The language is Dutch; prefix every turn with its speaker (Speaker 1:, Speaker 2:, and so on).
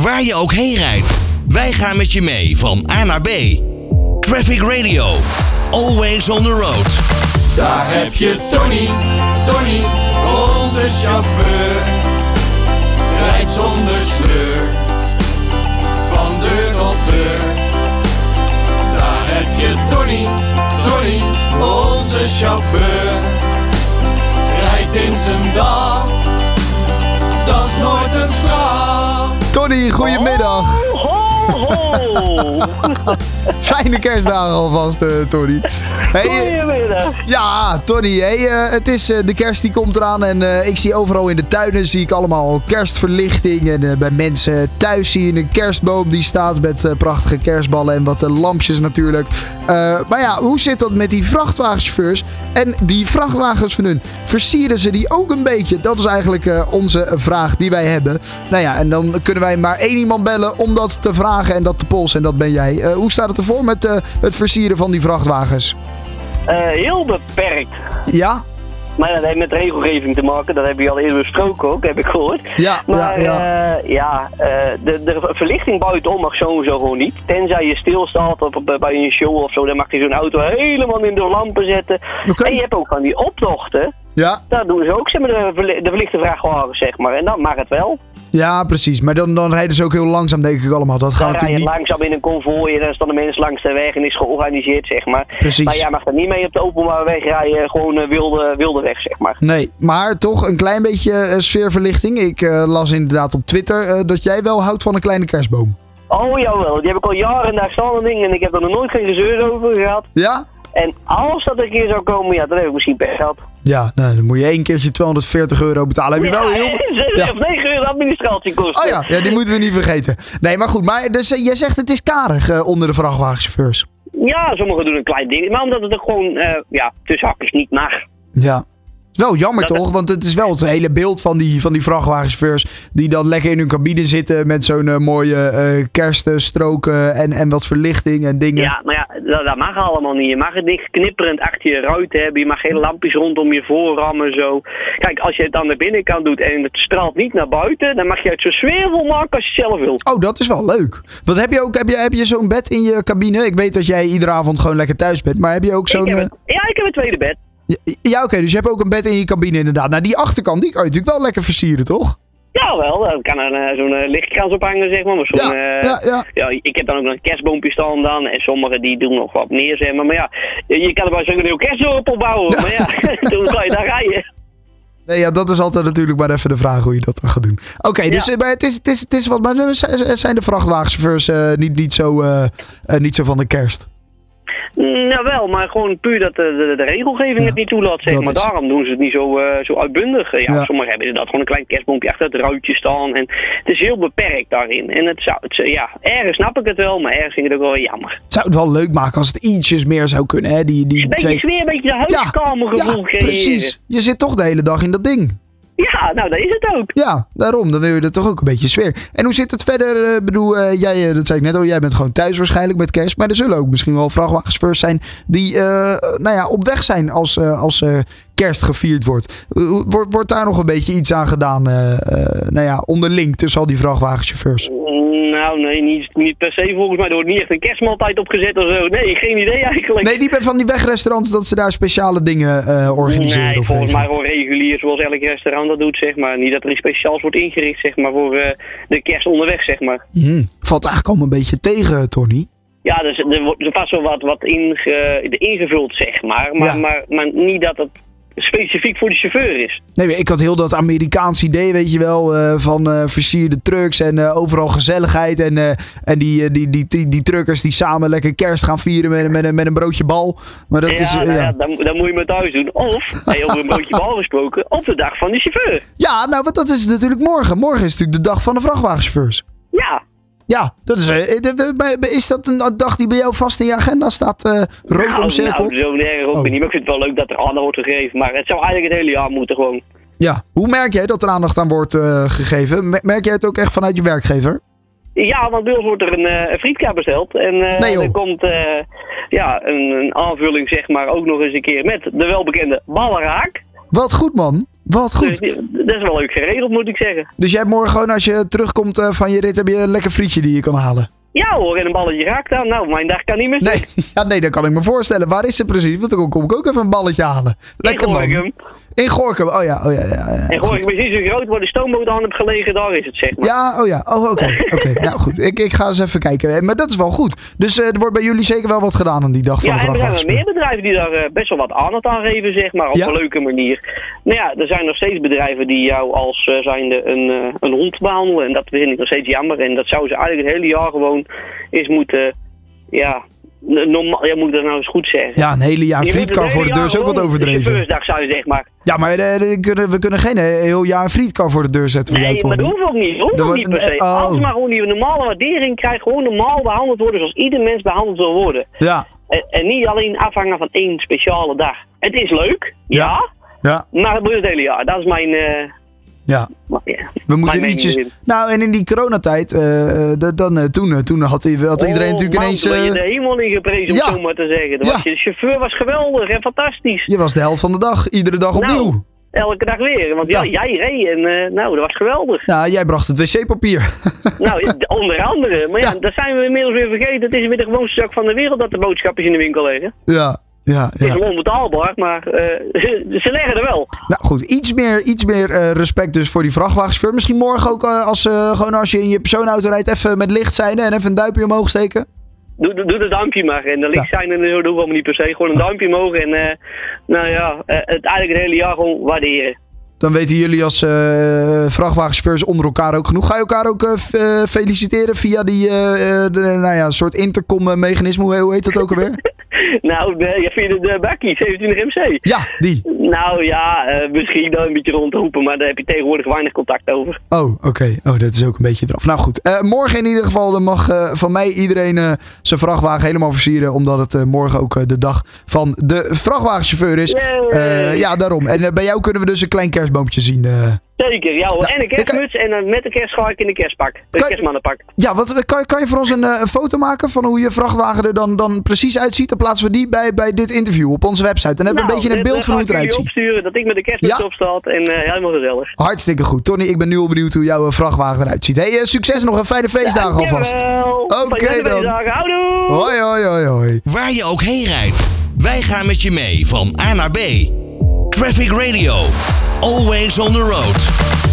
Speaker 1: Waar je ook heen rijdt, wij gaan met je mee van A naar B. Traffic Radio, always on the road.
Speaker 2: Daar heb je Tony, Tony, onze chauffeur. Rijdt zonder sleur, van deur tot deur. Daar heb je Tony, Tony, onze chauffeur. Rijdt in zijn dag, dat is nooit een straf.
Speaker 3: Tony, goedemiddag. Fijne kerstdagen alvast, eh, Tony. Hey, eh,
Speaker 4: Goedemiddag.
Speaker 3: ja, Tony, hey, eh, het is eh, de kerst die komt eraan en eh, ik zie overal in de tuinen zie ik allemaal kerstverlichting. En eh, bij mensen thuis zie je een kerstboom die staat met eh, prachtige kerstballen en wat eh, lampjes natuurlijk. Eh, maar ja, hoe zit dat met die vrachtwagenchauffeurs en die vrachtwagens van hun? Versieren ze die ook een beetje? Dat is eigenlijk eh, onze vraag die wij hebben. Nou ja, en dan kunnen wij maar één iemand bellen om dat te vragen en dat te polsen. En dat ben jij. Eh, hoe staat het ervoor met eh, het versieren van die vrachtwagens?
Speaker 4: Eh, heel beperkt.
Speaker 3: Ja?
Speaker 4: Maar dat heeft met regelgeving te maken. Dat heb je al eerder besproken ook, heb ik gehoord.
Speaker 3: Ja,
Speaker 4: Maar
Speaker 3: ja, ja.
Speaker 4: ja, ja eh, de, de verlichting buitenom mag sowieso gewoon niet. Tenzij je stilstaat op, op- bij een show of zo. Dan mag je zo'n auto helemaal in de lampen zetten.
Speaker 3: Oké.
Speaker 4: En je hebt ook van die optochten.
Speaker 3: ja.
Speaker 4: Daar doen ze ook zeg maar, de, verli- de verlichte vrachtwagens, zeg maar. En dan mag het wel.
Speaker 3: Ja, precies. Maar dan, dan rijden ze ook heel langzaam, denk ik allemaal. Dat gaat
Speaker 4: Dan rij je
Speaker 3: natuurlijk niet.
Speaker 4: langzaam in een konvooi en dan staan de mensen langs de weg en is georganiseerd, zeg maar.
Speaker 3: Precies.
Speaker 4: Maar jij mag er niet mee op de openbare weg rijden, gewoon eh, wilde, wilde weg, zeg maar.
Speaker 3: Nee, maar toch een klein beetje eh, sfeerverlichting. Ik eh, las inderdaad op Twitter eh, dat jij wel houdt van een kleine kerstboom.
Speaker 4: Oh jawel, die heb ik al jaren daar staan en dingen en ik heb er nog nooit geen gezeur over gehad.
Speaker 3: Ja?
Speaker 4: En als dat een keer zou komen, ja, dan heb ik misschien pech gehad.
Speaker 3: Ja, nou, dan moet je één keertje 240 euro betalen. Heb je wel heel veel... Ja.
Speaker 4: of 9 euro administratiekosten.
Speaker 3: Oh ja, ja, die moeten we niet vergeten. Nee, maar goed. Maar dus, eh, jij zegt het is karig eh, onder de vrachtwagenchauffeurs.
Speaker 4: Ja, sommigen doen een klein ding, maar omdat het er gewoon, eh, ja, tussen hakjes niet mag.
Speaker 3: Ja. Het is wel jammer
Speaker 4: Dat-
Speaker 3: toch? Want het is wel het hele beeld van die, van die vrachtwagenchauffeurs. die dan lekker in hun cabine zitten. met zo'n eh, mooie eh kerststroken. En, en wat verlichting en dingen.
Speaker 4: Ja, maar ja, dat, dat mag allemaal niet. Je mag het niet knipperend achter je ruit hebben. Je mag geen lampjes rondom je voorrammen zo. Kijk, als je het aan de binnenkant doet en het straalt niet naar buiten, dan mag je het zo sfeervol maken als je zelf wilt.
Speaker 3: Oh, dat is wel leuk. Wat heb je ook? Heb je, heb je zo'n bed in je cabine? Ik weet dat jij iedere avond gewoon lekker thuis bent. Maar heb je ook
Speaker 4: Ik
Speaker 3: zo'n.
Speaker 4: heb
Speaker 3: eh,
Speaker 4: het- ja, ik heb een tweede bed.
Speaker 3: Ja, ja, oké. dus je hebt ook een bed in je cabine, inderdaad. Nou, die achterkant, die kan je natuurlijk wel lekker versieren, toch?
Speaker 4: Jawel, daar kan er eh, zo'n eh, lichtkrans ophangen, zeg maar. maar zo'n,
Speaker 3: Ja,
Speaker 4: eh,
Speaker 3: ja, ja.
Speaker 4: ja, ik heb dan ook nog een kerstboompje staan dan. En sommigen die doen nog wat meer, zeg maar. Maar ja, je je kan er wel zo'n heel kerstdorp opbouwen. Maar ja, toen kan je daar rijden.
Speaker 3: Nee, ja, dat is altijd natuurlijk maar even de vraag hoe je dat dan gaat doen. Oké, dus eh, maar het, is, het, is, het is wat. Maar dan zijn- zijn de vrachtwagenchauffeurs eh, niet, niet, zo, eh, eh, niet zo van de kerst?
Speaker 4: Nou wel, maar gewoon puur dat de, de, de regelgeving
Speaker 3: Ja,
Speaker 4: het niet toelaat, zeg
Speaker 3: dat
Speaker 4: maar.
Speaker 3: is het.
Speaker 4: Daarom doen ze het niet zo, eh, zo uitbundig. Eh, Ja,
Speaker 3: Ja.
Speaker 4: Sommigen hebben inderdaad gewoon een klein kerstboompje achter het ruitje staan. En het is heel beperkt daarin. En het zou, het, ja, ergens snap ik het wel, maar ergens vind ik het ook wel jammer.
Speaker 3: Het zou het wel leuk maken als het ietsjes meer zou kunnen, hè? Die, die
Speaker 4: Beetje
Speaker 3: twee-
Speaker 4: sfeer, een beetje de huiskamergevoel
Speaker 3: ja,
Speaker 4: creëren.
Speaker 3: precies. Je zit toch de hele dag in dat ding.
Speaker 4: Ja, nou dat is het ook.
Speaker 3: Ja, daarom. Dan wil je er toch ook een beetje sfeer. En hoe zit het verder? eh, Ik bedoel, eh, jij, eh, dat zei ik net al, jij bent gewoon thuis waarschijnlijk met kerst. Maar er zullen ook misschien wel vrachtwagenchauffeurs zijn die eh, nou ja, op weg zijn als, eh, als eh, kerst gevierd wordt. Eh, hoe- Wordt, wordt daar nog een beetje iets aan gedaan, eh, eh, nou ja, onderling tussen al die vrachtwagenchauffeurs?
Speaker 4: Mm, Nou nee, niet, niet per se volgens mij. Er wordt niet echt een kerstmaaltijd opgezet of zo. Nee, geen idee eigenlijk.
Speaker 3: Nee, die ben van die wegrestaurants dat ze daar speciale dingen eh, organiseren.
Speaker 4: Nee,
Speaker 3: of
Speaker 4: volgens
Speaker 3: regelen.
Speaker 4: mij gewoon regulier zoals elk restaurant dat doet, zeg maar. Niet dat er iets speciaals wordt ingericht, zeg maar, voor eh, de kerst onderweg, zeg maar.
Speaker 3: Hm, valt eigenlijk allemaal een beetje tegen, Tony.
Speaker 4: Ja, dus er wordt er vast wel wat, wat inge- ingevuld, zeg maar. Maar,
Speaker 3: Ja.
Speaker 4: maar. maar niet dat het specifiek voor de chauffeur is.
Speaker 3: Nee, ik had heel dat Amerikaans idee, weet je wel, eh, van eh, versierde trucks en eh, overal gezelligheid. En, eh, en die, eh, die, die, die, die truckers die samen lekker kerst gaan vieren met, met, een- met een broodje bal. Maar dat
Speaker 4: ja,
Speaker 3: is... eh,
Speaker 4: nou ja,
Speaker 3: ja.
Speaker 4: dan, dan moet je maar thuis doen. Of, hey, over een broodje bal gesproken, op de dag van de chauffeur.
Speaker 3: ja, nou, want dat is natuurlijk morgen. Morgen is natuurlijk de dag van de vrachtwagenchauffeurs.
Speaker 4: Ja,
Speaker 3: Ja, dat is, eh, eh, eh, bij- bij- is dat een dag die bij jou vast in je agenda staat? eh rood
Speaker 4: nou,
Speaker 3: omcirkeld?
Speaker 4: nou, zo nergens op
Speaker 3: Oh.
Speaker 4: niet. Maar ik vind het wel leuk dat er aandacht wordt gegeven. Maar het zou eigenlijk het hele jaar moeten gewoon.
Speaker 3: Ja. Hoe merk jij dat er aandacht aan wordt eh, gegeven? Me- Merk jij het ook echt vanuit je werkgever?
Speaker 4: Ja, want bij ons wordt er een, eh, een frietka besteld. En eh,
Speaker 3: Nee, joh.
Speaker 4: er komt eh, ja, een, een aanvulling, zeg maar, ook nog eens een keer met de welbekende ballenraak.
Speaker 3: Wat goed, man. Wat goed.
Speaker 4: Dus die- dat is wel leuk geregeld, moet ik zeggen.
Speaker 3: Dus jij hebt morgen gewoon als je terugkomt eh, van je rit, heb je een lekker frietje die je kan halen.
Speaker 4: Ja hoor, en een balletje raakt dan. Nou, mijn dag kan niet meer.
Speaker 3: Nee, ja, nee, dat kan ik me voorstellen. Waar is ze precies? Want dan kom ik ook even een balletje halen. Lekker
Speaker 4: ik hoor
Speaker 3: man.
Speaker 4: hem.
Speaker 3: In Gorkum. Oh ja, oh ja, ja. ja.
Speaker 4: En hoor ik precies hoe groot waar de stoomboot aan heb gelegen, daar is het zeg maar.
Speaker 3: Ja, oh ja. Oh, oké. oké. Nou goed, ik, ik ga eens even kijken. Eh, Maar dat is wel goed. Dus eh, er wordt bij jullie zeker wel wat gedaan aan die dag van
Speaker 4: Ja,
Speaker 3: de
Speaker 4: en er zijn wel
Speaker 3: vrachtwagenspeur.
Speaker 4: meer bedrijven die daar eh, best wel wat aandacht aan geven, zeg maar, op
Speaker 3: Ja.
Speaker 4: een leuke manier. Nou ja, er zijn nog steeds bedrijven die jou als eh, zijnde een, eh, een hond behandelen. En dat vind ik nog steeds jammer. En dat zouden ze eigenlijk het hele jaar gewoon eens moeten, ja, n- normaal, ja, moet ik dat nou eens goed zeggen?
Speaker 3: Ja, een hele jaar
Speaker 4: Je moet het
Speaker 3: frietkar voor de
Speaker 4: hele
Speaker 3: deur is
Speaker 4: jaar
Speaker 3: ook wat
Speaker 4: gewoon De
Speaker 3: overdreven.
Speaker 4: chauffeursdag zou je zeg maar.
Speaker 3: Ja, maar eh, eh, kunnen- we kunnen geen eh, heel jaar een frietkar voor de deur zetten voor
Speaker 4: Nee,
Speaker 3: jou,
Speaker 4: maar dat
Speaker 3: Tony.
Speaker 4: hoeft ook niet. Dat hoeft
Speaker 3: Er
Speaker 4: ook
Speaker 3: wordt-
Speaker 4: niet per se.
Speaker 3: eh, oh.
Speaker 4: Als maar gewoon die normale waardering krijgt, gewoon normaal behandeld worden zoals ieder mens behandeld wil worden.
Speaker 3: Ja,
Speaker 4: En, en niet alleen afhangen van één speciale dag. Het is leuk, ja,
Speaker 3: ja,
Speaker 4: maar het moet het hele jaar. Dat is mijn... eh,
Speaker 3: ja.
Speaker 4: maar- ja.
Speaker 3: We
Speaker 4: Mijn
Speaker 3: moeten
Speaker 4: mening
Speaker 3: ietsjes.
Speaker 4: erin.
Speaker 3: Nou, en in die coronatijd, eh, eh, dat- dan, eh, toen, eh, toen had, i- had iedereen
Speaker 4: Oh,
Speaker 3: natuurlijk
Speaker 4: man,
Speaker 3: ineens.
Speaker 4: toen ben je
Speaker 3: eh,
Speaker 4: de hemel in geprezen,
Speaker 3: ja.
Speaker 4: om zo maar te zeggen. Dan
Speaker 3: Ja.
Speaker 4: was je, de chauffeur was geweldig en fantastisch.
Speaker 3: je was de helft van de dag, iedere dag
Speaker 4: Nou.
Speaker 3: opnieuw.
Speaker 4: Elke dag weer, want ja,
Speaker 3: Ja.
Speaker 4: jij reed en eh, nou, dat was geweldig.
Speaker 3: Ja, jij bracht het wc-papier.
Speaker 4: nou, d- onder andere. Maar ja,
Speaker 3: Ja.
Speaker 4: dat zijn we inmiddels weer vergeten. Het is weer de gewoonste zaak van de wereld dat de boodschappers in de winkel liggen.
Speaker 3: ja, ja,
Speaker 4: Het is
Speaker 3: ja.
Speaker 4: wel onbetaalbaar, maar eh, ze, ze leggen er wel.
Speaker 3: Nou goed, iets meer, iets meer eh, respect dus voor die vrachtwagenchauffeur. Misschien morgen ook eh, als, eh, gewoon als je in je persoonauto rijdt, even met licht zijn en even een duimpje omhoog steken.
Speaker 4: Doe, doe, doe dat duimpje maar. En de links zijn en zo doen we allemaal niet per se. Gewoon een duimpje omhoog en eh, nou ja, eh, het eigenlijk het hele jaar gewoon waarderen.
Speaker 3: Dan weten jullie als eh vrachtwagenchauffeurs onder elkaar ook genoeg. Ga je elkaar ook eh, f- eh, feliciteren via die eh, eh, de- nou ja, soort intercom-mechanisme? Hoe, hoe heet dat ook alweer?
Speaker 4: Nou, de, ja, vind je de, de bakkie, 27 MC?
Speaker 3: ja, die.
Speaker 4: Nou ja, eh, misschien dan een beetje rondroepen, maar daar heb je tegenwoordig weinig contact over.
Speaker 3: Oh, oké. Oh, dat is ook een beetje eraf. Nou goed, eh, morgen in ieder geval dan mag eh, van mij iedereen eh, zijn vrachtwagen helemaal versieren. Omdat het eh, morgen ook eh, de dag van de vrachtwagenchauffeur is.
Speaker 4: Yay.
Speaker 3: Eh, ja, daarom. En eh, bij jou kunnen we dus een klein kerstboompje zien. eh.
Speaker 4: Zeker, ja hoor.
Speaker 3: Nou,
Speaker 4: en een kerstmuts en eh, met de kerst ga ik in de kerstpak. De
Speaker 3: Kijk.
Speaker 4: kerstmannenpak.
Speaker 3: Ja, wat, eh, kan, je- kan je voor ons een, eh, een foto maken van hoe je vrachtwagen er dan, dan precies uitziet? Dan plaatsen we die bij, bij dit interview op onze website. Dan hebben we
Speaker 4: Nou,
Speaker 3: een beetje een
Speaker 4: dat-
Speaker 3: beeld
Speaker 4: dat
Speaker 3: van hoe het
Speaker 4: ga ik
Speaker 3: eruit
Speaker 4: jullie
Speaker 3: ziet.
Speaker 4: opsturen dat ik met de kerstmuts
Speaker 3: Ja.
Speaker 4: op staat en eh, helemaal gezellig.
Speaker 3: Hartstikke goed. Tony, ik ben nu al benieuwd hoe jouw eh, vrachtwagen eruit ziet. hey, eh, succes nog en fijne feestdagen alvast. Oké dan.
Speaker 4: Houdoe!
Speaker 3: Hoi, hoi, hoi, hoi.
Speaker 1: Waar je ook heen rijdt, wij gaan met je mee van A naar B. Traffic Radio, always on the road.